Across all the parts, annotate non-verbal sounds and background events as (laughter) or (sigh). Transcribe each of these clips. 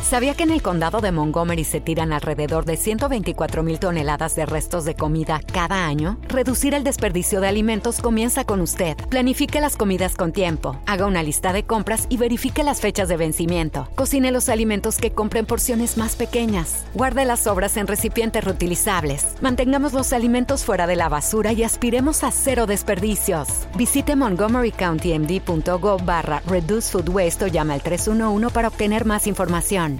¿Sabía que en el condado de Montgomery se tiran alrededor de 124 mil toneladas de restos de comida cada año? Reducir el desperdicio de alimentos comienza con usted. Planifique las comidas con tiempo, haga una lista de compras y verifique las fechas de vencimiento. Cocine los alimentos que compre en porciones más pequeñas. Guarde las sobras en recipientes reutilizables. Mantengamos los alimentos fuera de la basura y aspiremos a cero desperdicios. Visite montgomerycountymd.gov barra reduce food waste o llama al 311 para obtener más información.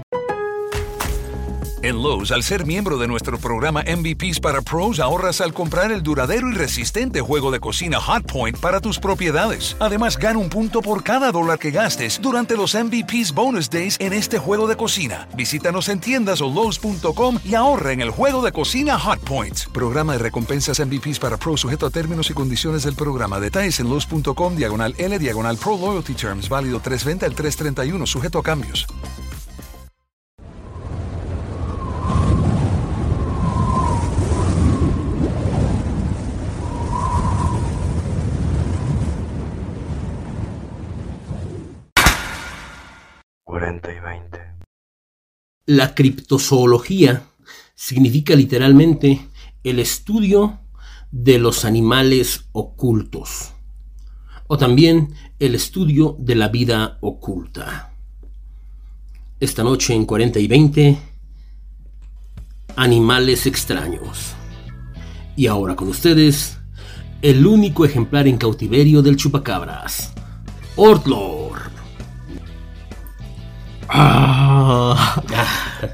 En Lowe's, al ser miembro de nuestro programa MVPs para Pros, ahorras al comprar el duradero y resistente juego de cocina Hot Point para tus propiedades. Además, gana un punto por cada dólar que gastes durante los MVPs Bonus Days en este juego de cocina. Visítanos en tiendas o Lowe's.com y ahorra en el juego de cocina Hot Point. Programa de recompensas MVPs para Pros sujeto a términos y condiciones del programa. Detalles en Lowe's.com, diagonal L, diagonal Pro Loyalty Terms, válido 320 al 331, sujeto a cambios. La criptozoología significa literalmente el estudio de los animales ocultos o también el estudio de la vida oculta. Esta noche en 40 y 20, animales extraños. Y ahora con ustedes, el único ejemplar en cautiverio del chupacabras, Ortlor. Ah.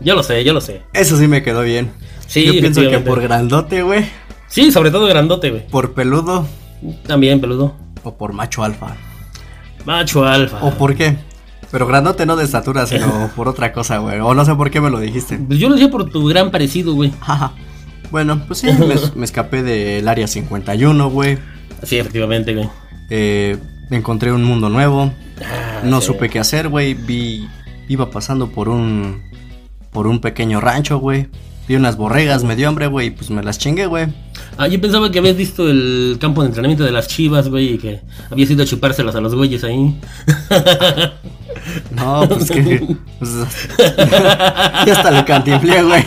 Yo lo sé, yo lo sé. Eso sí me quedó bien. Sí, yo pienso que por grandote, güey. Sí, sobre todo grandote, güey. Por peludo. También peludo. O por macho alfa. Macho alfa. ¿O por qué? Pero grandote no de estatura, (laughs) sino por otra cosa, güey. O no sé por qué me lo dijiste. Pues yo lo dije por tu gran parecido, güey. bueno, pues sí, me, me escapé del área 51, güey. Sí, efectivamente, güey. Eh, encontré un mundo nuevo. Ah, no sí. supe qué hacer, güey. Vi iba pasando por un por un pequeño rancho, güey. Vi unas borregas, me dio hambre, güey, y pues me las chingué, güey. Ah, yo pensaba que habías visto el campo de entrenamiento de las chivas, güey, y que habías ido a chupárselas a los güeyes ahí. No, pues que. Pues, (laughs) ya hasta le cantiflé, güey.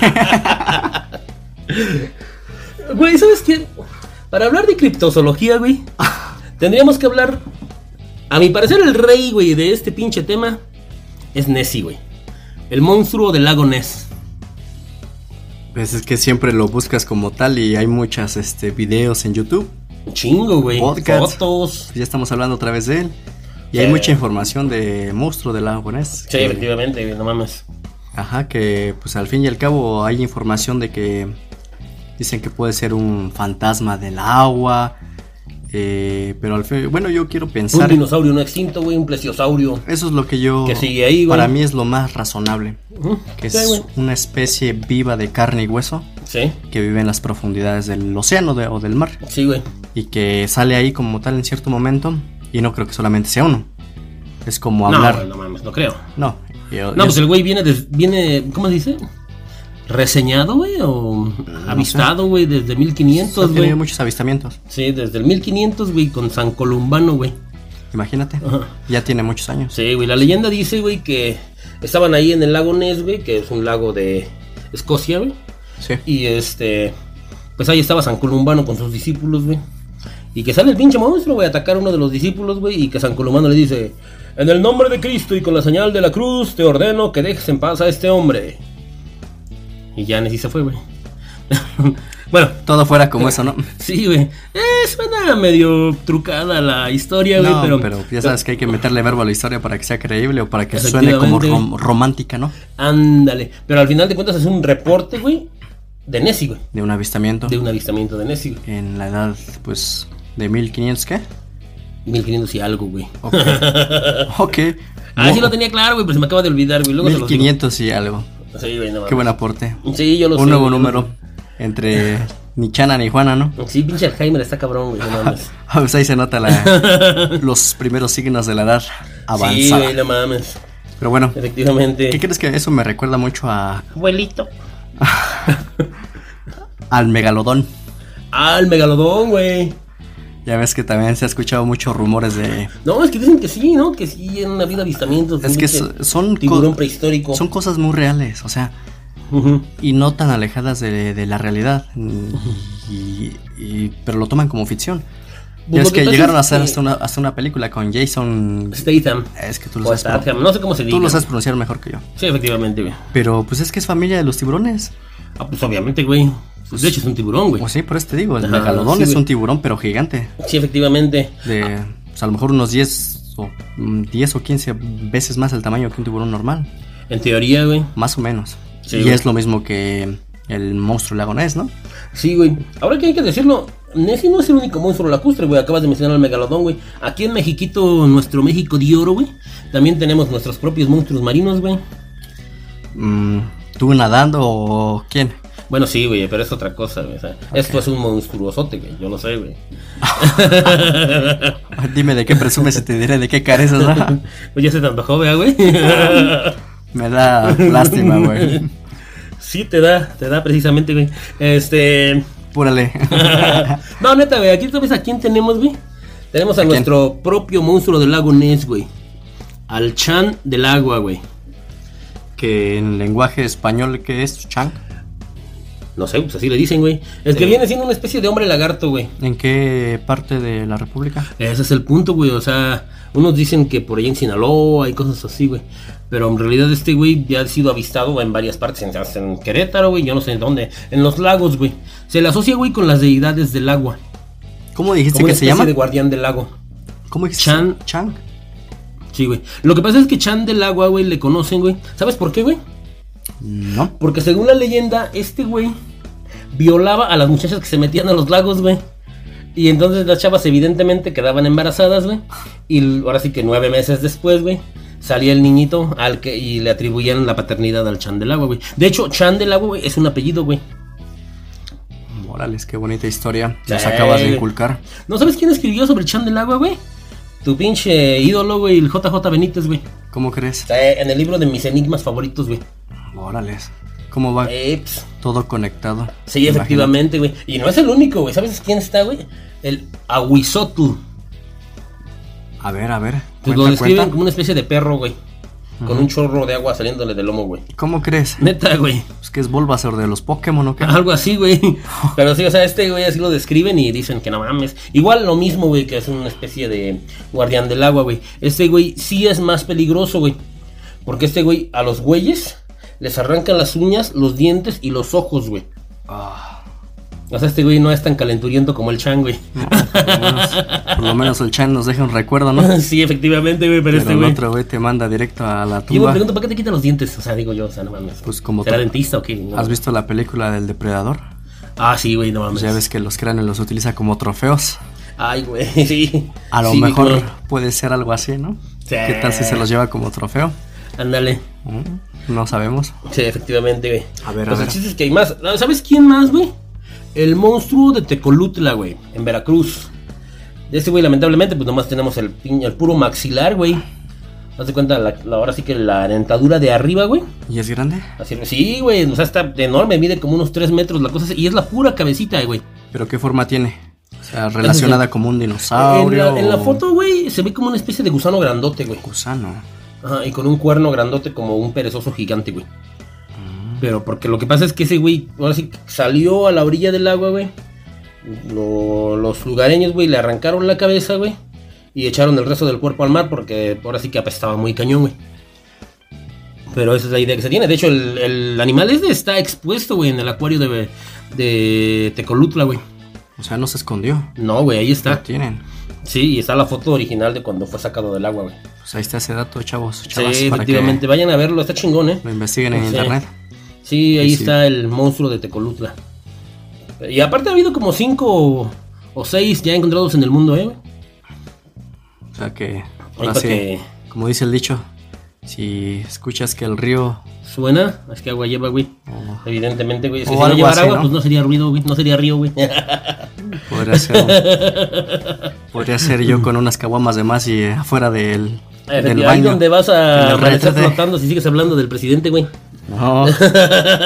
Güey, ¿sabes qué? Para hablar de criptozoología, güey, (laughs) tendríamos que hablar. A mi parecer, el rey, güey, de este pinche tema es Nessie, güey. El monstruo del lago Ness. Pues es que siempre lo buscas como tal y hay muchas este, videos en YouTube. Chingo, güey. Podcasts. Fotos. Ya estamos hablando otra vez de él. Y sí. hay mucha información de monstruo del lago Ness. Sí, que, efectivamente, no mames. Ajá, que pues al fin y al cabo hay información de que dicen que puede ser un fantasma del agua. Eh, pero al fin, bueno, yo quiero pensar. Un dinosaurio no extinto, güey, un plesiosaurio. Eso es lo que yo. Que sigue ahí, Para mí es lo más razonable. Uh -huh. Que sí, es wey. una especie viva de carne y hueso. Sí. Que vive en las profundidades del océano de, o del mar. Sí, güey. Y que sale ahí como tal en cierto momento. Y no creo que solamente sea uno. Es como hablar. No, no mames, no creo. No. Yo, no, yo pues es... el güey viene, de, viene. ¿Cómo se dice? reseñado, güey, o no avistado, güey, desde 1500, güey. Tiene muchos avistamientos. Sí, desde el 1500, güey, con San Columbano, güey. Imagínate, Ajá. ya tiene muchos años. Sí, güey, la leyenda dice, güey, que estaban ahí en el lago Ness, güey, que es un lago de Escocia, güey. Sí. Y este, pues ahí estaba San Columbano con sus discípulos, güey. Y que sale el pinche monstruo, güey, a atacar a uno de los discípulos, güey, y que San Columbano le dice, en el nombre de Cristo y con la señal de la cruz, te ordeno que dejes en paz a este hombre. Y ya Nessie se fue, güey. (laughs) bueno. Todo fuera como eso, ¿no? Sí, güey. Eh, suena medio trucada la historia, güey, (laughs) no, pero, pero... ya sabes pero, que hay que meterle verbo a la historia para que sea creíble o para que suene como rom romántica, ¿no? Ándale. Pero al final de cuentas es un reporte, güey, de Nessie, güey. De un avistamiento. De un avistamiento de Nessie, güey. En la edad, pues, de 1500, ¿qué? 1500 y algo, güey. (laughs) Ok. okay. Ah, no. sí lo tenía claro, güey, pero se me acaba de olvidar, güey. 1500 y algo. Sí, güey, no, Qué buen aporte. Sí, yo lo Un sé, nuevo güey, número no. entre ni Chana ni (laughs) Juana, ¿no? Sí, pinche Alzheimer está cabrón, güey. No mames. pues ahí se (laughs) nota la, los primeros signos de la edad (laughs) avanzada. Sí, güey, no mames. Pero bueno. Efectivamente. ¿Qué crees que eso me recuerda mucho a... Abuelito. al megalodón. Al megalodón, Ah, güey. Ya ves que también se ha escuchado muchos rumores de... No, es que dicen que sí, ¿no? Que sí, en la vida avistamientos. Es pinche que so- son, co- Pues Tiburón prehistórico. son cosas muy reales, o sea, Ujú. y no tan alejadas de, de la realidad. Y- y- pero lo toman como ficción. Pues ya lo es que pasa llegaron a es hacer que hasta una, hasta una película con Jason... Statham. Es que tú lo O sabes, pro- Statham, no sé cómo se dice. tú lo sabes pronunciar mejor que yo. Sí, efectivamente, güey. Pero pues es que es familia de los tiburones. Ah, pues obviamente, güey. Pues, de hecho es un tiburón, güey. Pues sí, por eso te digo, el Ajá, megalodón sí, es güey. Ah. un tiburón pero gigante. Sí, efectivamente. De pues, a lo mejor unos 10 o, mm, 10 o 15 veces más el tamaño que un tiburón normal. En teoría, güey. Más o menos. Sí, y güey. es lo mismo que el monstruo lago Ness, ¿no? Sí, güey. Ahora que hay que decirlo, Nessie no es el único monstruo lacustre, güey. Acabas de mencionar al megalodón, güey. Aquí en Mexiquito, nuestro México de oro, güey. También tenemos nuestros propios monstruos marinos, güey. Mm, ¿Tú nadando o quién? (laughs) Bueno, sí, güey, pero es otra cosa, güey. o sea, Esto es un monstruosote, güey. Yo lo sé, güey. Dime de qué presumes y te diré de qué careces, ¿no? (laughs) Pues ya se te antojó, ¿verdad, güey. (laughs) Me da (laughs) lástima, güey. sí, te da, te da precisamente, güey. Este. (laughs) Púrale. no, neta, güey. Aquí sabes a quién tenemos, güey. Tenemos a, quién? nuestro propio monstruo del lago Ness, güey. Al Chan del agua, güey. que en lenguaje español, ¿qué es? ¿Chang? No sé, pues así le dicen, güey. Es que viene siendo una especie de hombre lagarto, güey. ¿En qué parte de la república? Ese es el punto, güey. O sea, unos dicen que por ahí en Sinaloa y cosas así, güey. Pero en realidad este güey ya ha sido avistado en varias partes. En, en Querétaro, güey. Yo no sé en dónde. En los lagos, güey. Se le asocia, güey, con las deidades del agua. ¿Cómo dijiste Como una que ¿Este especie se llama? de guardián del lago. ¿Cómo dijiste? Chan. Chang. Sí, güey. Lo que pasa es que Chan del agua, güey, le conocen, güey. ¿Sabes por qué, güey? No. Porque según la leyenda, este güey violaba a las muchachas que se metían a los lagos, güey. Y entonces las chavas evidentemente quedaban embarazadas, güey. Y l- ahora sí que nueve meses después, güey, salía el niñito al que y le atribuían la paternidad al Chan del Agua, güey. De hecho, Chan del Agua, güey, es un apellido, güey. Morales, qué bonita historia. Nos Sí. acabas de inculcar. ¿No sabes quién escribió sobre el Chan del Agua, güey? Tu pinche ídolo, güey, el JJ Benítez, güey. ¿Cómo crees? Está eh, en el libro de mis enigmas favoritos, güey. Morales. ¿Cómo va Eh, ps. todo conectado? Sí, Imagínate. efectivamente, güey. Y no es el único, güey. ¿Sabes quién está, güey? El Aguizotl. A ver, a ver. Pues cuenta, lo describen cuenta. como una especie de perro, güey. Con un chorro de agua saliéndole del lomo, güey. ¿Cómo crees? Neta, güey. Pues que es Bulbasaur de los Pokémon o qué. Algo así, (laughs) güey. Pero sí, o sea, este güey así lo describen y dicen que no mames. Igual lo mismo, güey, que es una especie de guardián del agua, güey. Este güey sí es más peligroso, güey. Porque este güey a los güeyes les arrancan las uñas, los dientes y los ojos, güey. Ah, O sea, este güey no es tan calenturiento como el chan, güey. Por lo menos- Por lo menos el Chan nos deja un (laughs) recuerdo, ¿no? sí, efectivamente, güey, pero, Pero este el güey. otro güey te manda directo a la Yo me tumba. pregunto, ¿para qué te quitan los dientes? O sea, digo yo, o sea, no mames. Pues como ¿Será tú- dentista o qué? No. ¿Has visto la película del depredador? Ah, sí, güey, no mames. Pues ya ves que los cráneos los utiliza como trofeos. Ay, güey, (laughs) sí. A lo Sí, mejor güey. puede ser algo así, ¿no? Sí. ¿Qué tal si se los lleva como trofeo? Ándale. Mm, No sabemos. Sí, efectivamente, güey. A ver, a Pues ver. el chiste es que hay más. ¿Sabes quién más, güey? El monstruo de Tecolutla, güey, en Veracruz. De ese güey, lamentablemente, pues nomás tenemos el, pin- el puro maxilar, güey. Haz de cuenta, la, la- ahora sí que la dentadura de arriba, güey. ¿Y es grande? Así, sí, güey, o sea, está enorme, mide como unos 3 metros la cosa. Y es la pura cabecita, güey. ¿Pero qué forma tiene? O sea, relacionada como un dinosaurio. En la, en la o foto, güey, se ve como una especie de gusano grandote, güey. Gusano. Ajá, y con un cuerno grandote como un perezoso gigante, güey. Pero porque lo que pasa es que ese güey, ahora sí, que salió a la orilla del agua, güey. Lo- los lugareños, güey, le arrancaron la cabeza, güey. Y echaron el resto del cuerpo al mar porque ahora sí que apestaba muy cañón, güey. Pero esa es la idea que se tiene. De hecho, el, el animal este está expuesto, güey, en el acuario de, de Tecolutla, güey. O sea, no se escondió. No, güey, ahí Lo está. tienen. Sí, y está la foto original de cuando fue sacado del agua, güey. Pues ahí está ese dato, chavos. Chavas, Sí, para efectivamente, que vayan a verlo, está chingón, ¿eh? lo investiguen en Sí. internet. Sí, ahí Sí, sí. está el monstruo de Tecolutla. Y aparte ha habido como cinco o seis ya encontrados en el mundo, ¿eh? O sea que. Ahí ahora para sí, que Como dice el dicho, si escuchas que el río. suena, es que agua lleva, güey. o Evidentemente, güey. Es que Ah. O si no algo llevara así, agua, ¿no? pues no sería ruido, güey. No sería río, (laughs) güey. podría ser. un- podría ser yo con unas caguamas de más y eh, afuera del. del (laughs) Ahí baño. donde vas En a el amanecer retrete. flotando si sigues hablando del presidente, güey. No.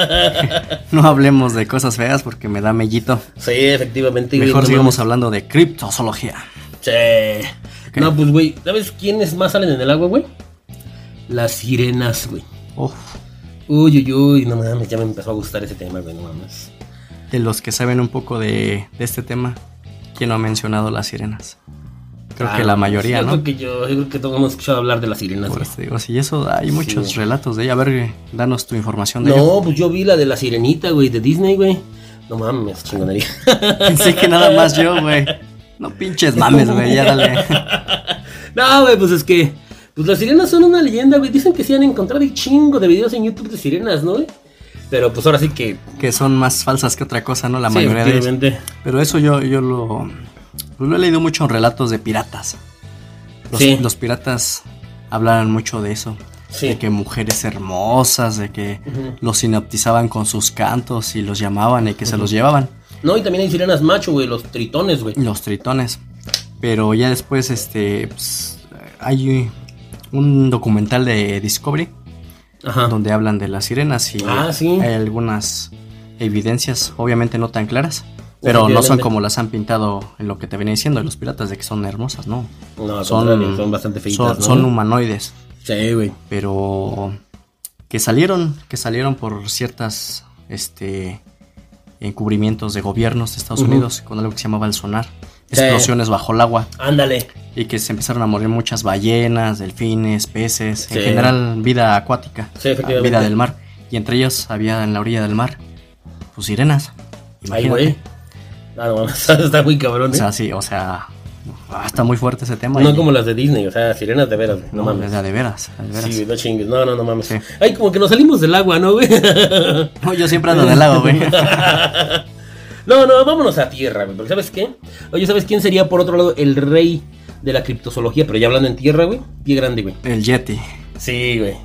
(laughs) no hablemos de cosas feas porque me da mellito. Sí, efectivamente. güey, Mejor no sigamos mames. hablando de criptozoología. Sí. No, pues, güey, ¿sabes quiénes más salen en el agua, güey? Las sirenas, güey. Uf, Uy, uy, uy, no mames, ya me empezó a gustar ese tema, güey, no mames. de los que saben un poco de, de este tema, ¿quién no ha mencionado las sirenas? Creo Ah, que la pues, mayoría, yo ¿no? Creo que yo, yo creo que todos hemos escuchado hablar de las sirenas, Por güey. eso te digo, sí, eso hay muchos relatos de ella. A ver, eh, danos tu información de No, pues yo vi la de la sirenita, güey, de Disney, güey. No mames, chingonería. (laughs) ella. (laughs) Pensé que nada más yo, güey. No pinches mames, güey, ya (laughs) dale. no, güey, pues es que. Pues las sirenas son una leyenda, güey. Dicen que se han encontrado un chingo de videos en YouTube de sirenas, ¿no, güey? Pero pues ahora sí que. Que son más falsas que otra cosa, ¿no? La sí, mayoría de ellas. efectivamente. Pero eso yo, yo lo, pues lo he leído mucho en relatos de piratas. Los, Sí. los piratas hablaban mucho de eso. Sí. De que mujeres hermosas, de que los hipnotizaban con sus cantos y los llamaban y que se los llevaban. No, y también hay sirenas macho, güey, los tritones, güey. Los tritones. Pero ya después, este. pues, hay un documental de Discovery Ajá. donde hablan de las sirenas y Ah, sí. hay algunas evidencias, obviamente no tan claras, pero no son Efectivamente. como las han pintado en lo que te venía diciendo de los piratas, de que son hermosas, ¿no? No, al contrario, Son, son bastante feitas, son, ¿no? son humanoides, Sí, güey. pero que salieron, que salieron por ciertas este encubrimientos de gobiernos de Estados Ujú. Unidos con algo que se llamaba el sonar, Sí. explosiones bajo el agua Ándale. y que se empezaron a morir muchas ballenas, delfines, peces, Sí. en general vida acuática, Sí, efectivamente. vida del mar. Y entre ellos había en la orilla del mar, pues sirenas. Ay, Imagínate. güey. Ah, no, mames, (laughs) está muy cabrón, O ¿eh? sea, sí, o sea, ah, está muy fuerte ese tema. No y- como las de Disney, o sea, sirenas de veras, güey. No, no, mames. es de a de veras, de veras. Sí, no chingues. No, no, no mames. Sí. Ay, como que nos salimos del agua, ¿no, güey? (laughs) No, yo siempre ando del lado, güey. no, no, vámonos a tierra, güey. Porque ¿sabes qué? Oye, ¿sabes quién sería por otro lado el rey de la criptozoología? Pero ya hablando en tierra, güey. Pie grande, güey. El Yeti. Sí, güey.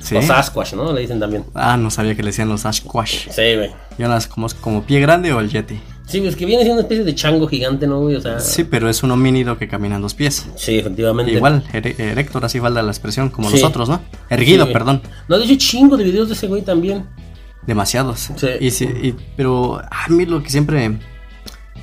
¿sí? O Sasquatch, ¿no? Le dicen también. Ah, no sabía que le decían los Ashquash. Sí, güey. Yo las conozco como pie grande o el Yeti. Sí, güey, es que viene siendo una especie de chango gigante, ¿no, güey? O sea. Sí, pero es un homínido que camina en dos pies. Sí, efectivamente. Igual, ere- erector, así falta la expresión, como Sí. nosotros, ¿no? Erguido, Sí. perdón. No, de hecho, chingo de videos de ese güey también. Demasiados. Sí. Y sí- y- pero a mí lo que siempre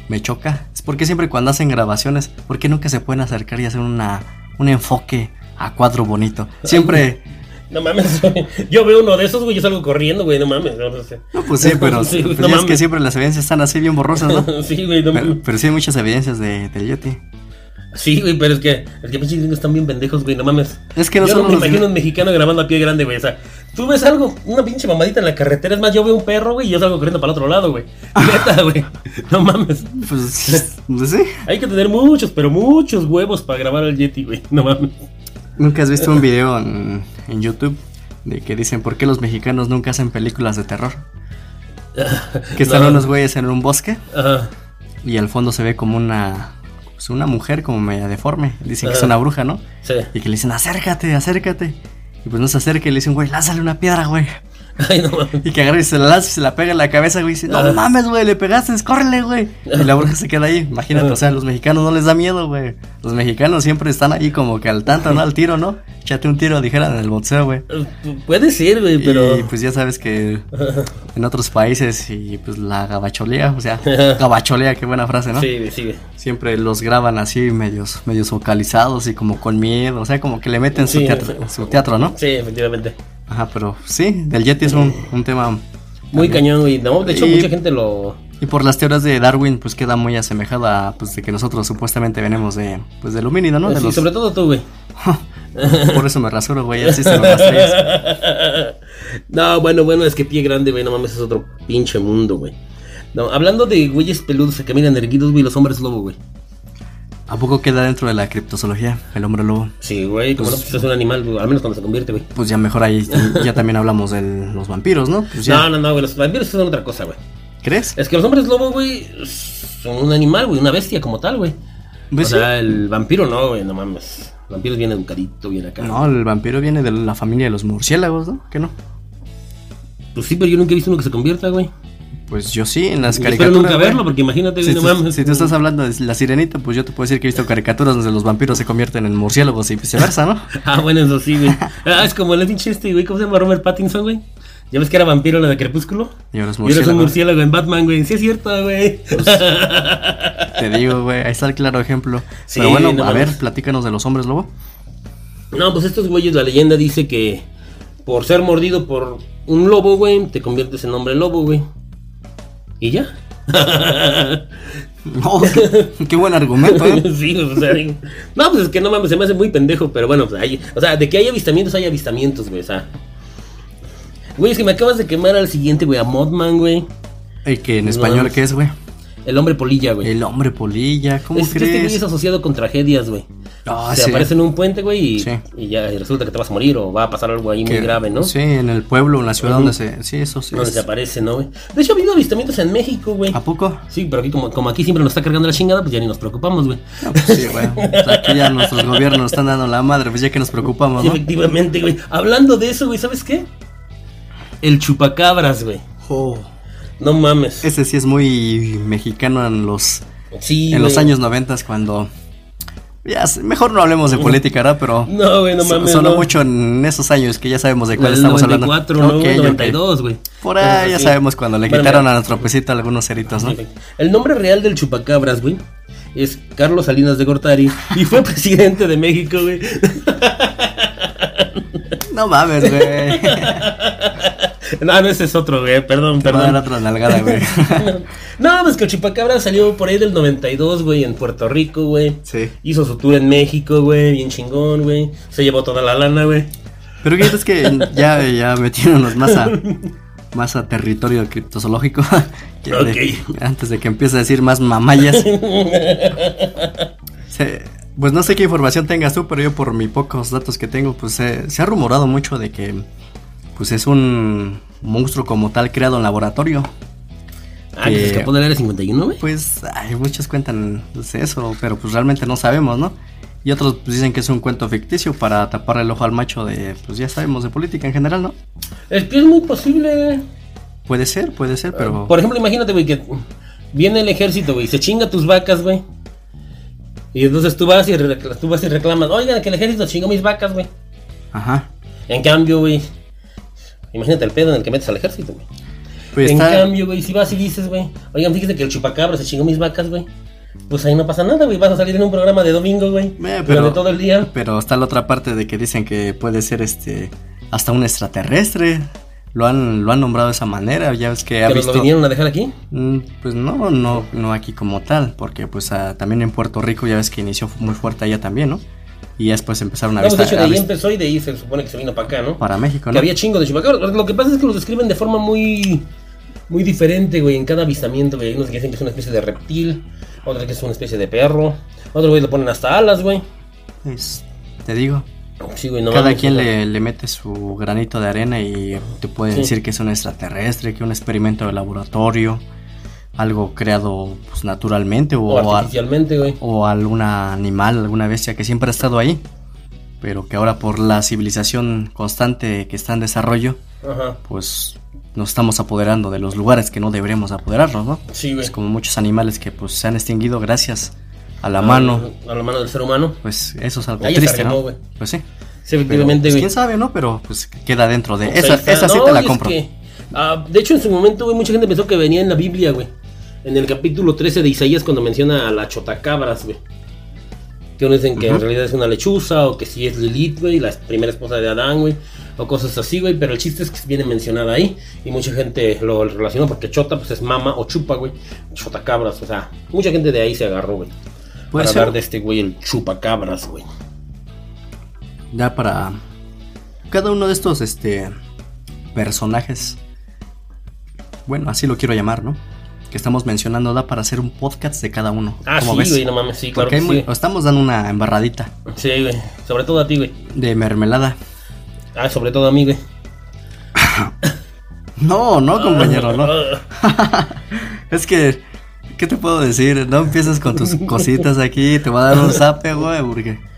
me choca es porque siempre cuando hacen grabaciones, ¿por qué nunca se pueden acercar y hacer una, un enfoque a cuadro bonito? Siempre. (laughs) No mames, güey. Yo veo uno de esos, güey, yo salgo corriendo, güey, no mames. No, no sé. No, pues sí, (laughs) pero Sí, pues no ya es que mames. siempre las evidencias están así bien borrosas, ¿no? Sí, güey, (laughs) no Pero, mames. pero sí hay muchas evidencias de, del Yeti. Sí, güey, pero es que, es que pinches gringos están bien pendejos, güey, no mames. Es que no yo no solo me los imagino gringos. un mexicano grabando a pie grande, güey. O sea, tú ves algo, una pinche mamadita en la carretera. Es más, yo veo un perro, güey, y yo salgo corriendo para el otro lado, (laughs) güey. Neta, güey. No mames. Pues, pues sí. Hay que tener muchos, pero muchos huevos para grabar al Yeti, güey. No mames. ¿Nunca has visto un video en, en YouTube de que dicen por qué los mexicanos nunca hacen películas de terror? Que están No. unos güeyes en un bosque Ajá. y al fondo se ve como una pues, una mujer como media deforme. Dicen Ah. que es una bruja, ¿no? Sí. (laughs) Y que le dicen, acércate, acércate. Y pues no se acerca y le dicen, güey, lázale una piedra, güey. Ay, no mames. Y que agarra y se la lanza y se la pega en la cabeza, güey. Y dice, Ah. no mames, güey, le pegaste, córrele, güey. Y la bruja se queda ahí. Ah. Imagínate, o sea, los mexicanos no les da miedo, güey. Los mexicanos siempre están ahí como que al tanto, ¿no? Al tiro, ¿no? Échate un tiro, dijeran en el boxeo, güey. Eh, pu- Puede ser, güey, pero. Y pues ya sabes que en otros países y pues la gabacholea, (laughs) o sea, gabacholea, qué buena frase, ¿no? Sí, güey, sí, güey. Siempre los graban así, medios, medios focalizados y como con miedo, o sea, como que le meten su, Sí. teatro, su teatro, ¿no? Sí, efectivamente. Ajá, pero sí, del Yeti es un, un tema. Muy cañón, güey. No, de hecho, Y- mucha gente lo. Y por las teorías de Darwin, pues queda muy asemejada, pues de que nosotros supuestamente venimos de, pues del homínido, ¿no? De Eh, Sí, los- Sobre todo tú, güey. (laughs) Por eso me rasuro, güey, así se me rastré. (laughs) no, bueno, bueno, es que pie grande, güey, no mames, es otro pinche mundo, güey. No, hablando de güeyes peludos que caminan erguidos, güey, los hombres lobo, güey. ¿A poco queda dentro de la criptozoología el hombre lobo? Sí, güey, como no pues, es un animal, güey, al menos cuando se convierte, güey. Pues ya mejor ahí, ya también hablamos de los vampiros, ¿no? Pues ya, No, no, no, güey, los vampiros son otra cosa, güey. ¿Crees? Es que los hombres lobo, güey, son un animal, güey, una bestia como tal, güey. O Pues sí. sea, el vampiro no, güey, no mames. El vampiro es bien educadito, bien acá. No, el vampiro viene de la familia de los murciélagos, ¿no? ¿Qué no? Pues sí, pero yo nunca he visto uno que se convierta, güey. Pues yo sí, en las Y caricaturas. Espero nunca güey. verlo, porque imagínate, Si güey, no tú, mames. si tú estás hablando de la sirenita, pues yo te puedo decir que he visto caricaturas donde los vampiros se convierten (laughs) en murciélagos y viceversa, ¿no? (laughs) Ah, bueno, eso sí, güey. Ah, es como el pinche este, güey, ¿cómo se llama Robert Pattinson, güey? ¿Ya ves que era vampiro la de Crepúsculo? Y ahora es Y eres un murciélago. murciélago en Batman, güey. Sí, es cierto, güey. Te digo, güey, ahí está el claro ejemplo. Sí, Pero bueno, no a mames. ver, platícanos de los hombres lobo. (laughs) No, pues estos güeyes, la leyenda dice que por ser mordido por un lobo, güey, te conviertes en hombre lobo, güey. ¿Y ya? No, qué, qué buen argumento, (laughs) ¿eh? sí, o sea, digo, no, pues es que no mames, se me hace muy pendejo, pero bueno, pues hay, o sea, de que hay avistamientos, hay avistamientos, güey, o sea. Güey, es que me acabas de quemar al siguiente, güey, a Modman, güey. El que en No. español, ¿qué es, güey? El hombre polilla, güey. El hombre polilla, ¿cómo es que este güey crees? es asociado con tragedias, güey. Ah, se sí. aparece en un puente, güey, y, Sí. y ya y resulta que te vas a morir o va a pasar algo ahí Que- muy grave, ¿no? Sí, en el pueblo, en la ciudad Ujú. donde se. Sí, eso sí. Ah, Donde es- se aparece, ¿no, güey? De hecho, ha habido avistamientos en México, güey. ¿A poco? Sí, pero aquí, como, como aquí siempre nos está cargando la chingada, pues ya ni nos preocupamos, güey. No, pues sí, güey. Aquí ya nuestros gobiernos nos están dando la madre, pues ya que nos preocupamos, Sí, ¿no? efectivamente, güey. Hablando de eso, güey, ¿sabes qué? El chupacabras, güey. Oh. No mames. Ese sí es muy mexicano en los sí, en los güey. años noventas cuando ya sé, mejor no hablemos de política, ¿verdad? Pero No, güey, no so- mames, sonó no. mucho en esos años que ya sabemos de cuál Del estamos 94, hablando. ¿no? Ok, ok. 92, güey. Por ahí Entonces, ya sí. sabemos cuando le Bueno, quitaron mira, a nuestro pesito algunos (laughs) ceritos, ¿no? El nombre real del chupacabras, güey, es Carlos Salinas de Gortari y fue (laughs) presidente de México, güey. (laughs) No mames, (laughs) güey. No, no, ese es otro, güey. Perdón, Te va a dar perdón. otra nalgada, (laughs) güey. No, pues que el chupacabra salió por ahí del 92, güey, en Puerto Rico, güey. Sí. Hizo su tour en México, güey, bien chingón, güey. Se llevó toda la lana, güey. Pero que es que ya, ya metiéndonos más a, más a territorio criptozoológico. (laughs) que de- Ok. antes de que empiece a decir más mamayas. Se- pues no sé qué información tengas tú, pero yo por mis pocos datos que tengo, pues se- se ha rumorado mucho de que pues es un monstruo como tal creado en laboratorio. Ah, que se Eh, escapó del área 51, güey. Pues ay, muchos cuentan pues, eso, pero pues realmente no sabemos, ¿no? Y otros pues, dicen que es un cuento ficticio para tapar el ojo al macho de, pues ya sabemos, de política en general, ¿no? Es que es muy posible. eh. Puede ser, puede ser, pero... Por ejemplo, imagínate, güey, que viene el ejército, güey, y se chinga tus vacas, güey. Y entonces tú vas y, recla- tú vas y reclamas, oigan, que el ejército chingó mis vacas, güey. Ajá. En cambio, güey, imagínate el pedo en el que metes al ejército, güey. Pues en está- cambio, güey, si vas y dices, güey, oigan, fíjate que el chupacabra se chingó mis vacas, güey. Pues ahí no pasa nada, güey, vas a salir en un programa de domingo, güey. Eh, Durante todo el día. Pero está la otra parte de que dicen que puede ser este hasta un extraterrestre. Lo han, lo han nombrado de esa manera, ya ves que ha Que nos visto... lo vinieron a dejar aquí. Mm, Pues no, no, no aquí como tal, porque pues ah, también en Puerto Rico ya ves que inició muy fuerte allá también, ¿no? Y ya después empezaron a No, pues, de hecho, avistar de a ahí avist- empezó y de ahí se supone que se vino para acá, ¿no? para México, Que ¿no? había chingo de chupacabras. Lo que pasa es que los describen de forma muy muy diferente, güey, en cada avistamiento, güey. Hay unos que dicen que es una especie de reptil, otros que es una especie de perro, otros güey le ponen hasta alas, güey. Pues, te digo, Sí, güey, no cada mames, quien güey. le, le mete su granito de arena y te puede Sí. decir que es un extraterrestre, que un experimento de laboratorio, algo creado pues, naturalmente o, o a- artificialmente, güey. o algún animal, alguna bestia que siempre ha estado ahí, pero que ahora por la civilización constante que está en desarrollo, Ajá. pues nos estamos apoderando de los lugares que no deberíamos apoderarnos, ¿no? Sí, güey. Es como muchos animales que pues se han extinguido gracias a la mano, A la mano del ser humano. pues eso es algo Ah, Ahí se triste, arrimó, ¿no? güey. Pues sí. Sí, Pero, efectivamente, pues, güey. quién sabe, ¿no? Pero pues queda dentro de O sea, esa, ahí está. esa sí No, te la y es compro. que, ah, de hecho, en su momento, güey, mucha gente pensó que venía en la Biblia, güey. En el capítulo 13 de Isaías, cuando menciona a la chotacabras, güey. Que unos dicen que en realidad es una lechuza, o que sí es Lilith, güey, la primera esposa de Adán, güey. O cosas así, güey. Pero el chiste es que viene mencionada ahí. Y mucha gente lo relacionó porque chota, pues es mama o chupa, güey. Chotacabras, o sea, mucha gente de ahí se agarró, güey. Puede Para ser. hablar de este güey, el chupacabras, güey. Ya para cada uno de estos este personajes. Bueno, así lo quiero llamar, ¿no? Que estamos mencionando da para hacer un podcast de cada uno. Ah, ¿Cómo sí, ves? güey, no mames, sí, claro Porque que hay sí. mu- güey. estamos dando una embarradita Sí, güey. Sobre todo a ti, güey. de mermelada. Ah, sobre todo a mí, güey. No, Ah, no, compañero, no. (laughs) Es que, ¿qué te puedo decir? No empieces con tus cositas aquí, te va a dar un zape, güey, porque. (laughs)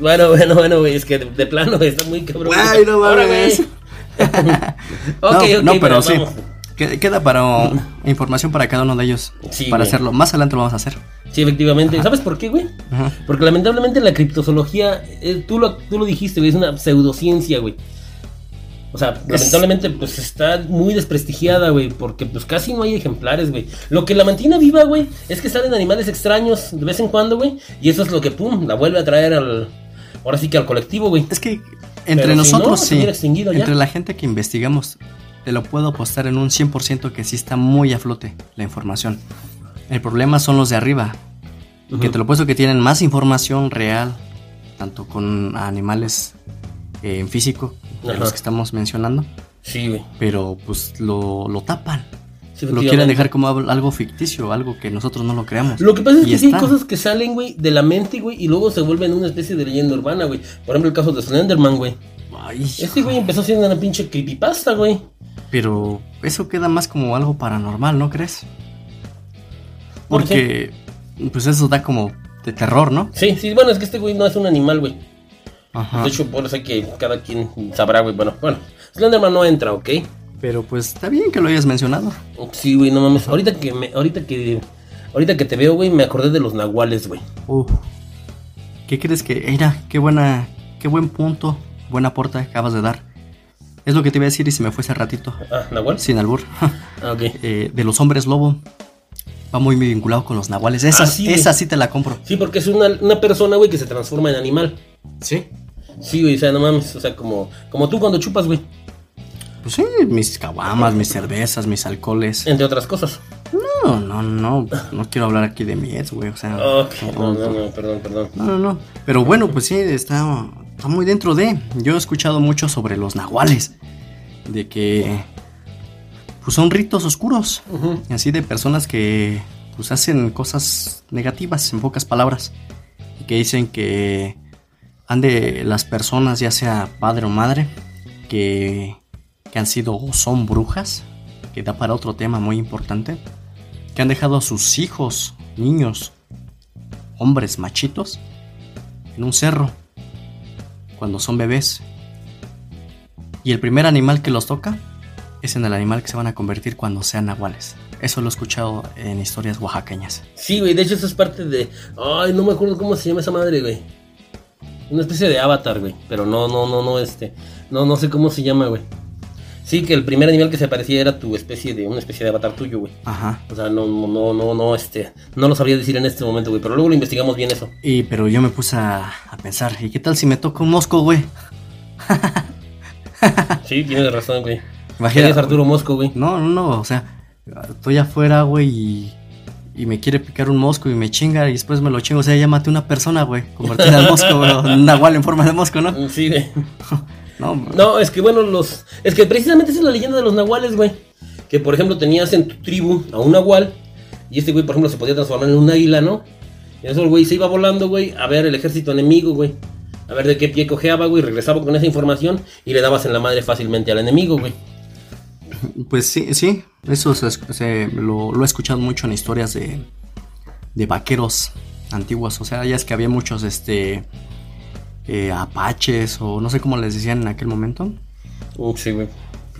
Bueno, bueno, bueno, güey, es que de, de plano güey, está muy cabrón. Ay, no Ahora, mames. güey. (laughs) ok, no, ok, no, pero mira, sí. vamos. que- Queda para información para cada uno de ellos. Sí, para güey. hacerlo. Más adelante lo vamos a hacer. Sí, efectivamente. ¿Sabes por qué, güey? Ajá. Porque lamentablemente la criptozoología, eh, tú, lo, tú lo dijiste, güey, es una pseudociencia, güey. O sea, lamentablemente, pues está muy desprestigiada, güey, porque pues casi no hay ejemplares, güey. Lo que la mantiene viva, güey, es que salen animales extraños de vez en cuando, güey, y eso es lo que, pum, la vuelve a traer al. Ahora sí que al colectivo, güey. Es que entre Pero si no, nosotros se hubiera sí, extinguido ya. entre la gente que investigamos, te lo puedo apostar en un 100% que sí está muy a flote la información. El problema son los de arriba, que te lo puesto que tienen más información real, tanto con animales eh, en físico, de Ajá. los que estamos mencionando, Sí, güey. pero pues lo, lo tapan. Sí, Lo efectivamente. quieren dejar como al- algo ficticio, algo que nosotros no lo creamos. Lo que pasa es Y que sí hay está. cosas que salen, güey, de la mente, güey, y luego se vuelven una especie de leyenda urbana, güey. Por ejemplo, el caso de Slenderman, güey. Ay, Este güey empezó siendo una pinche creepypasta, güey. Pero eso queda más como algo paranormal, ¿no crees? ¿Por Porque pues eso da como de terror, ¿no? Sí, sí, bueno, es que este güey no es un animal, güey. Ajá. De hecho, por eso es que cada quien sabrá, güey. Bueno, bueno, Slenderman no entra, ¿ok? Pero pues está bien que lo hayas mencionado. Sí, güey, no mames. Ahorita que me, ahorita que, ahorita que te veo, güey, me acordé de los nahuales, güey. Uf. ¿Qué crees que era? Qué buena, qué buen punto, buen aporte acabas de dar. Es lo que te iba a decir y se me fue hace ratito, Ah, nahual. sin albur. (laughs) Ah, ok. Eh, de los hombres lobo. Va muy vinculado con los nahuales. Esa, Ah, sí, güey. esa sí te la compro. Sí, porque es una, una persona, güey, que se transforma en animal. Sí. Sí, güey, o sea, no mames. O sea, como, como tú cuando chupas, güey. Pues sí, mis caguamas, mis cervezas, mis alcoholes. Entre otras cosas. No, no, no, no quiero hablar aquí de mi ex, güey, o sea. Ok, no, Ah, no, no, no, perdón, perdón. no, no, no. Pero bueno, pues sí, está, está muy dentro de. Yo he escuchado mucho sobre los nahuales, de que pues son ritos oscuros, Ujú. así de personas que pues hacen cosas negativas, en pocas palabras, y que dicen que han de las personas, ya sea padre o madre, que, que han sido o son brujas, que da para otro tema muy importante, que han dejado a sus hijos, niños, hombres machitos, en un cerro, cuando son bebés. Y el primer animal que los toca es en el animal que se van a convertir cuando sean nahuales. Eso lo he escuchado en historias oaxaqueñas. Sí, güey, de hecho, eso es parte de. Ay, no me acuerdo cómo se llama esa madre, güey. Una especie de avatar, güey. Pero no, no, no, no, este. No, no sé cómo se llama, güey. Sí, que el primer animal que se aparecía era tu especie de. Una especie de avatar tuyo, güey. Ajá. O sea, no, no, no, no, no, este. No lo sabría decir en este momento, güey. Pero luego lo investigamos bien eso. Y pero yo me puse a, a pensar, ¿y qué tal si me toca un mosco, güey? Sí, tienes razón, güey. Imagina- Eres Arturo Mosco, güey. No, no, no, o sea, estoy afuera, güey, y, y me quiere picar un mosco y me chinga y después me lo chingo. O sea, ya maté una persona, güey, convertida al mosco, güey, un nahual en forma de mosco, ¿no? Sí, güey. No, No, es que bueno, los. Es que precisamente esa es la leyenda de los nahuales, güey. Que por ejemplo tenías en tu tribu a un nahual. Y este güey, por ejemplo, se podía transformar en un águila, ¿no? Y eso el güey se iba volando, güey, a ver el ejército enemigo, güey. A ver de qué pie cojeaba, güey. Regresaba con esa información y le dabas en la madre fácilmente al enemigo, güey. pues sí, sí, eso se, se- lo, lo he escuchado mucho en historias de, de vaqueros antiguos. O sea, ya es que había muchos, este, eh, apaches o no sé cómo les decían en aquel momento. Uh, Sí, güey.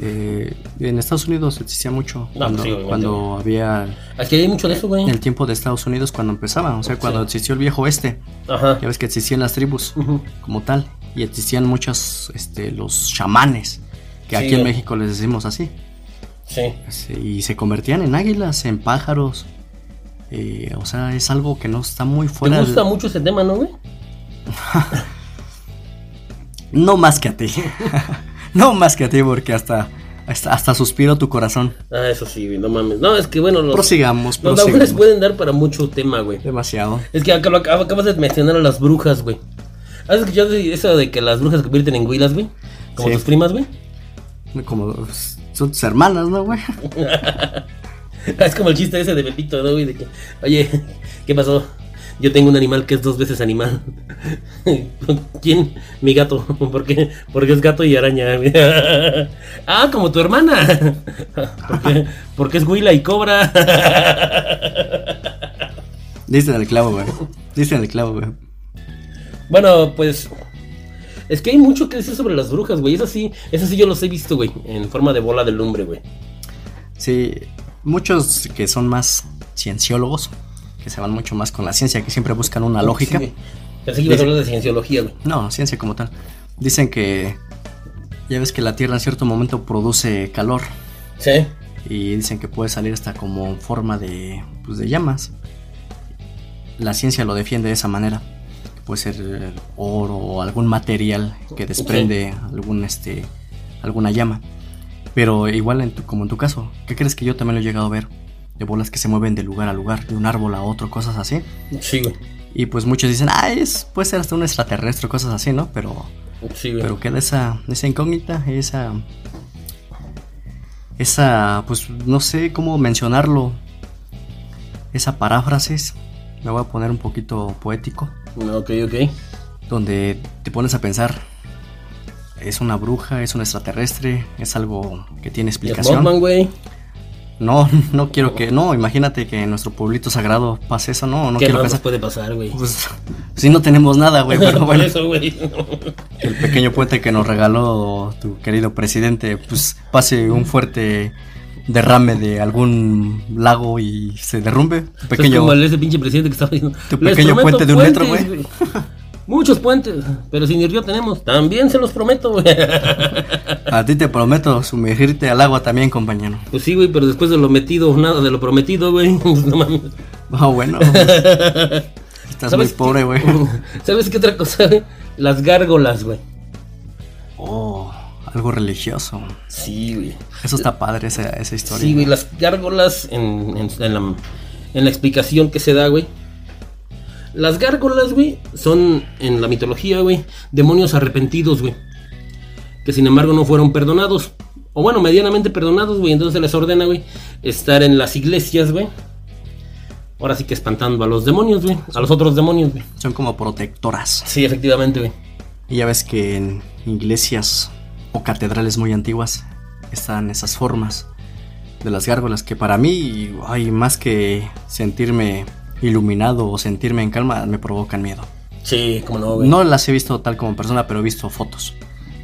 Eh, en Estados Unidos existía mucho pues cuando, sí, obviamente. cuando había Aquí hay mucho de eso, güey. en el tiempo de Estados Unidos cuando empezaba, o sea, cuando Sí. existió el viejo oeste, Ajá. ya ves que existían las tribus Ujú. como tal, y existían muchos, este, los chamanes, que Sí, aquí en güey. México les decimos así, Sí. Sí, y se convertían en águilas, en pájaros, eh, o sea, es algo que no está muy Te fuera del- gusta mucho ese tema, ¿no, güey? No más que a ti, (laughs) no más que a ti, porque hasta, hasta, hasta suspiro tu corazón. Ah, eso sí, güey, no mames. No, es que bueno, los. Prosigamos, los nahuales prosigamos. pueden dar para mucho tema, güey. Demasiado. Es que acá lo acá- acabas de mencionar a las brujas, güey. ¿Has escuchado eso de que las brujas se convierten en güilas, güey? Como Sí. tus primas, güey. (laughs) Como son tus hermanas, ¿no, güey? (laughs) es como el chiste ese de Pepito, ¿no, güey? De que, oye, ¿qué pasó? Yo tengo un animal que es dos veces animal. (laughs) ¿Quién? Mi gato. (laughs) ¿Por qué? Porque es gato y araña. güey. (laughs) ah, como tu hermana. (laughs) ¿Por qué? Porque es güila y cobra. (laughs) Diste en el clavo, güey. Diste en el clavo, güey. Bueno, pues. Es que hay mucho que decir sobre las brujas, güey. Esas sí, esas sí yo los he visto, güey. En forma de bola de lumbre, güey. Sí, muchos que son más cienciólogos, que se van mucho más con la ciencia, que siempre buscan una lógica. Sí, güey. Pensé que ibas a hablar de cienciología, güey. No, ciencia como tal. Dicen que Ya ves que la Tierra en cierto momento produce calor Sí. y dicen que puede salir hasta como en forma de, pues, de llamas. La ciencia lo defiende de esa manera. Puede ser eh, oro o algún material que desprende algún este alguna llama. Pero igual en tu- como en tu caso, ¿qué crees que yo también lo he llegado a ver? De bolas que se mueven de lugar a lugar, de un árbol a otro, cosas así. Sí, güey. Y pues muchos dicen, ah, es, puede ser hasta un extraterrestre, cosas así, ¿no? Pero, Sí, güey. pero queda esa, esa incógnita, esa. Esa, pues no sé cómo mencionarlo. Esa paráfrasis, me voy a poner un poquito poético, Ok, ok. donde te pones a pensar: ¿es una bruja? ¿Es un extraterrestre? ¿Es algo que tiene Y es explicación? Mothman, güey. No, (laughs) no quiero que. No, imagínate que en nuestro pueblito sagrado pase eso, no, no ¿Qué quiero más nos pensar. puede pasar, güey? Pues, (laughs) si no tenemos (laughs) nada, güey, pero Por bueno. eso, güey. el pequeño puente que nos regaló tu querido presidente, pues pase un fuerte derrame de algún lago y se derrumbe. Un Es Pequeño, Pues como el ese pinche presidente que estaba diciendo. Tu "Les pequeño prometo puente de un metro, puentes, güey". Muchos puentes, pero sin el río tenemos. También se los prometo, güey. (laughs) a ti te prometo sumergirte al agua (laughs) también, compañero. Pues sí, güey, pero después de lo metido, nada de lo prometido, güey. (laughs) Pues, No mames. Ah, bueno. Estás muy ¿Sabes qué? Uh. pobre, güey. (laughs) ¿Sabes qué otra cosa, güey? Las gárgolas, güey. Oh, algo religioso. Sí, güey. Eso está padre, esa, esa historia. Sí, güey, las gárgolas en, en- en la, en la explicación que se da, güey. Las gárgolas, güey, son en la mitología, güey, demonios arrepentidos, güey. Que sin embargo no fueron perdonados. O bueno, medianamente perdonados, güey. Entonces se les ordena, güey, estar en las iglesias, güey. Ahora sí que espantando a los demonios, güey. A los otros demonios, güey. Son como protectoras. Sí, efectivamente, güey. Y ya ves que en iglesias o catedrales muy antiguas están esas formas de las gárgolas que para mí, ay, más que sentirme iluminado o sentirme en calma, me provocan miedo. Sí, como no, güey. No las he visto tal como persona, pero he visto fotos.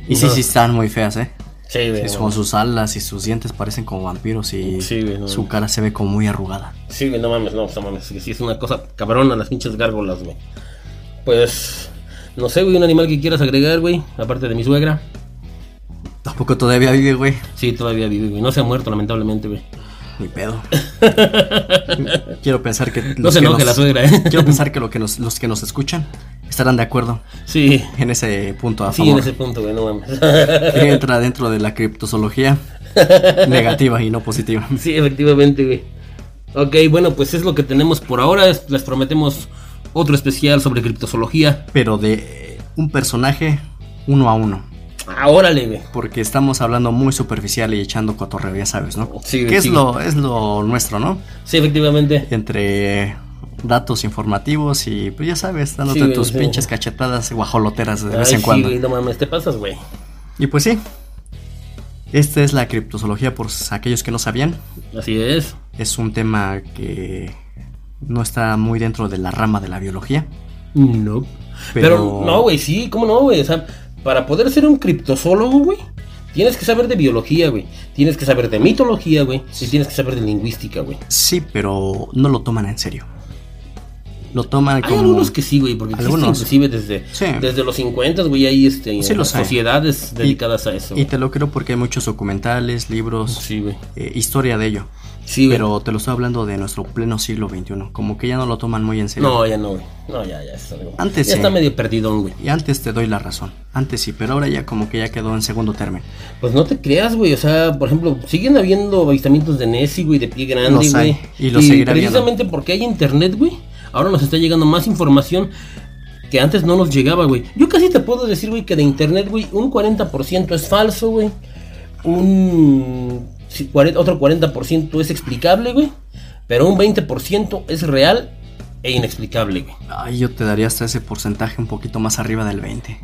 Y sí, No. sí están muy feas, ¿eh? Sí, güey. con sus alas y sus dientes parecen como vampiros y Sí, güey, no. su cara se ve como muy arrugada. Sí, güey, no mames, no, no mames. Sí, sí, es una cosa cabrona las pinches gárgolas, güey. Pues, no sé, güey, un animal que quieras agregar, güey. Aparte de mi suegra. Tampoco todavía vive, güey. Sí, todavía vive, güey. No se ha muerto, lamentablemente, güey. (laughs) Ni pedo. Quiero pensar que... No se enoje la suegra, ¿eh? Quiero pensar que, lo que nos- los que nos escuchan estarán de acuerdo Sí, en ese punto a sí, en favor. ese punto, güey, no mames. (laughs) Que entra dentro de la criptozoología negativa y no positiva. Sí, efectivamente, güey. Ok, bueno, pues es lo que tenemos por ahora. Es- Les prometemos otro especial sobre criptozoología. Pero de eh, un personaje uno a uno. Ah, órale, güey. Porque estamos hablando muy superficial y echando cotorreo, ya sabes, ¿no? Sí, que es sí. lo, es lo nuestro, ¿no? Sí, efectivamente. Entre datos informativos y, pues ya sabes, dándote Sí, güey, tus sí. pinches cachetadas guajoloteras de vez Ay, en cuando. Sí, güey, no mames, te pasas, güey. Y pues sí, esta es la criptozoología por s- aquellos que no sabían. Así es. Es un tema que no está muy dentro de la rama de la biología. No. Pero, Pero- no, güey, sí, ¿cómo no, güey? O sea, para poder ser un criptozoólogo, güey, tienes que saber de biología, güey. Tienes que saber de mitología, güey. Y tienes que saber de lingüística, güey. Sí, pero no lo toman en serio. Lo toman Hay como... algunos que sí, güey, porque existe Algunos. inclusive desde, Sí. desde los 50, güey, hay este, Sí los hay. sociedades dedicadas a eso. Y güey. te lo creo porque hay muchos documentales, libros, Sí, güey. eh, historia de ello. Sí, güey. Pero te lo estoy hablando de nuestro pleno siglo XXI. Como que ya no lo toman muy en serio. No, ya no, güey. No, ya, ya. Está, güey. Antes ya sí. está medio perdidón, güey. Y antes te doy la razón. Antes sí, pero ahora ya como que ya quedó en segundo término. Pues no te creas, güey. O sea, por ejemplo, siguen habiendo avistamientos de Nessie, güey, de pie grande, Los hay, güey. y los seguirá habiendo. precisamente porque hay internet, güey. Ahora nos está llegando más información que antes no nos llegaba, güey. Yo casi te puedo decir, güey, que de internet, güey, un 40% es falso, güey. Un sí, 40 otro 40% es explicable, güey. Pero un 20% es real e inexplicable, güey. Ay, yo te daría hasta ese porcentaje un poquito más arriba del 20.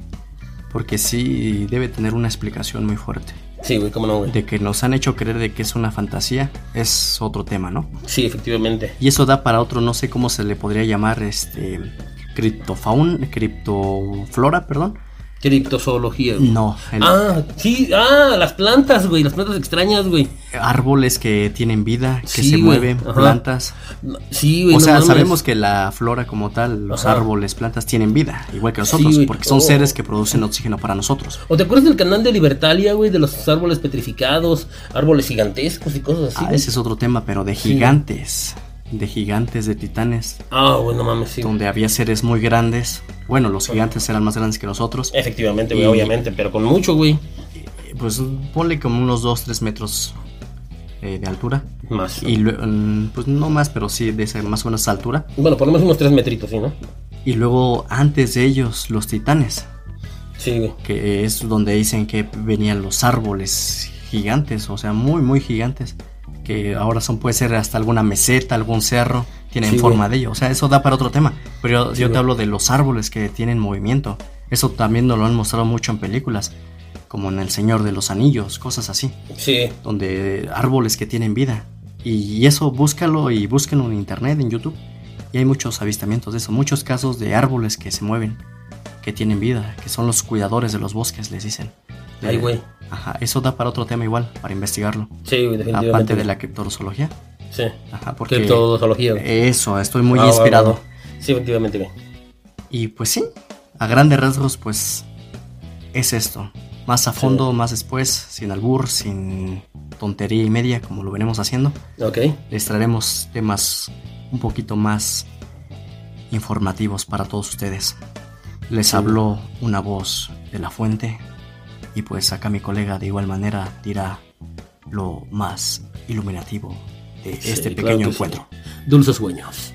Porque sí debe tener una explicación muy fuerte. Sí, güey, cómo no, güey. De que nos han hecho creer de que es una fantasía es otro tema, ¿no? Sí, efectivamente. Y eso da para otro, no sé cómo se le podría llamar, este, criptofaun, criptoflora, perdón, Criptozoología, güey. No, el- Ah, sí, ah, las plantas, güey, las plantas extrañas, güey. árboles que tienen vida, que Sí, se güey, mueven, ajá. plantas. No, Sí, güey. O no sea, mames. sabemos que la flora como tal, los Ajá. árboles, plantas tienen vida, igual que nosotros, güey. porque son Oh. seres que producen oxígeno para nosotros. ¿O te acuerdas del canal de Libertalia, güey? De los árboles petrificados, árboles gigantescos y cosas así. ah, güey? ese es otro tema, pero de gigantes, de gigantes, de titanes, Ah, güey, no mames, sí. donde había seres muy grandes. Bueno, los gigantes eran más grandes que nosotros. Efectivamente, güey, Y- obviamente, pero con mucho, güey. Eh, Pues ponle como unos 2-3 metros eh, de altura. Más. Y lue- mm, pues no más, pero sí de esa más o menos altura. Bueno, por lo menos unos tres metritos, ¿sí, no? Y luego antes de ellos, los titanes, Sí, güey. que es donde dicen que venían los árboles gigantes, o sea, muy, muy gigantes. Que ahora son, puede ser hasta alguna meseta, algún cerro, tienen Sí, forma güey. de ello. O sea, eso da para otro tema. Pero yo, yo güey. te hablo de los árboles que tienen movimiento. Eso también nos lo han mostrado mucho en películas, como en El Señor de los Anillos, cosas así, Sí. donde árboles que tienen vida. Y, y eso búscalo y búsquenlo en internet, en YouTube. Y hay muchos avistamientos de eso, muchos casos de árboles que se mueven, que tienen vida, que son los cuidadores de los bosques, les dicen. Eh, Ay, güey. Ajá, eso da para otro tema igual, para investigarlo. Sí, güey, definitivamente. Aparte de la criptozoología. Sí. Ajá, porque... Criptozoología, güey. Eso, estoy muy Ah, va, inspirado. va, va. Sí, efectivamente, güey. Y pues sí, a grandes rasgos, pues es esto. Más a fondo, más después, sin albur, sin tontería y media, como lo venimos haciendo. Ok. Les traeremos temas un poquito más informativos para todos ustedes. Les habló una voz de la fuente y pues acá mi colega de igual manera dirá lo más iluminativo de Sí, claro este pequeño que sí. encuentro. Dulces sueños.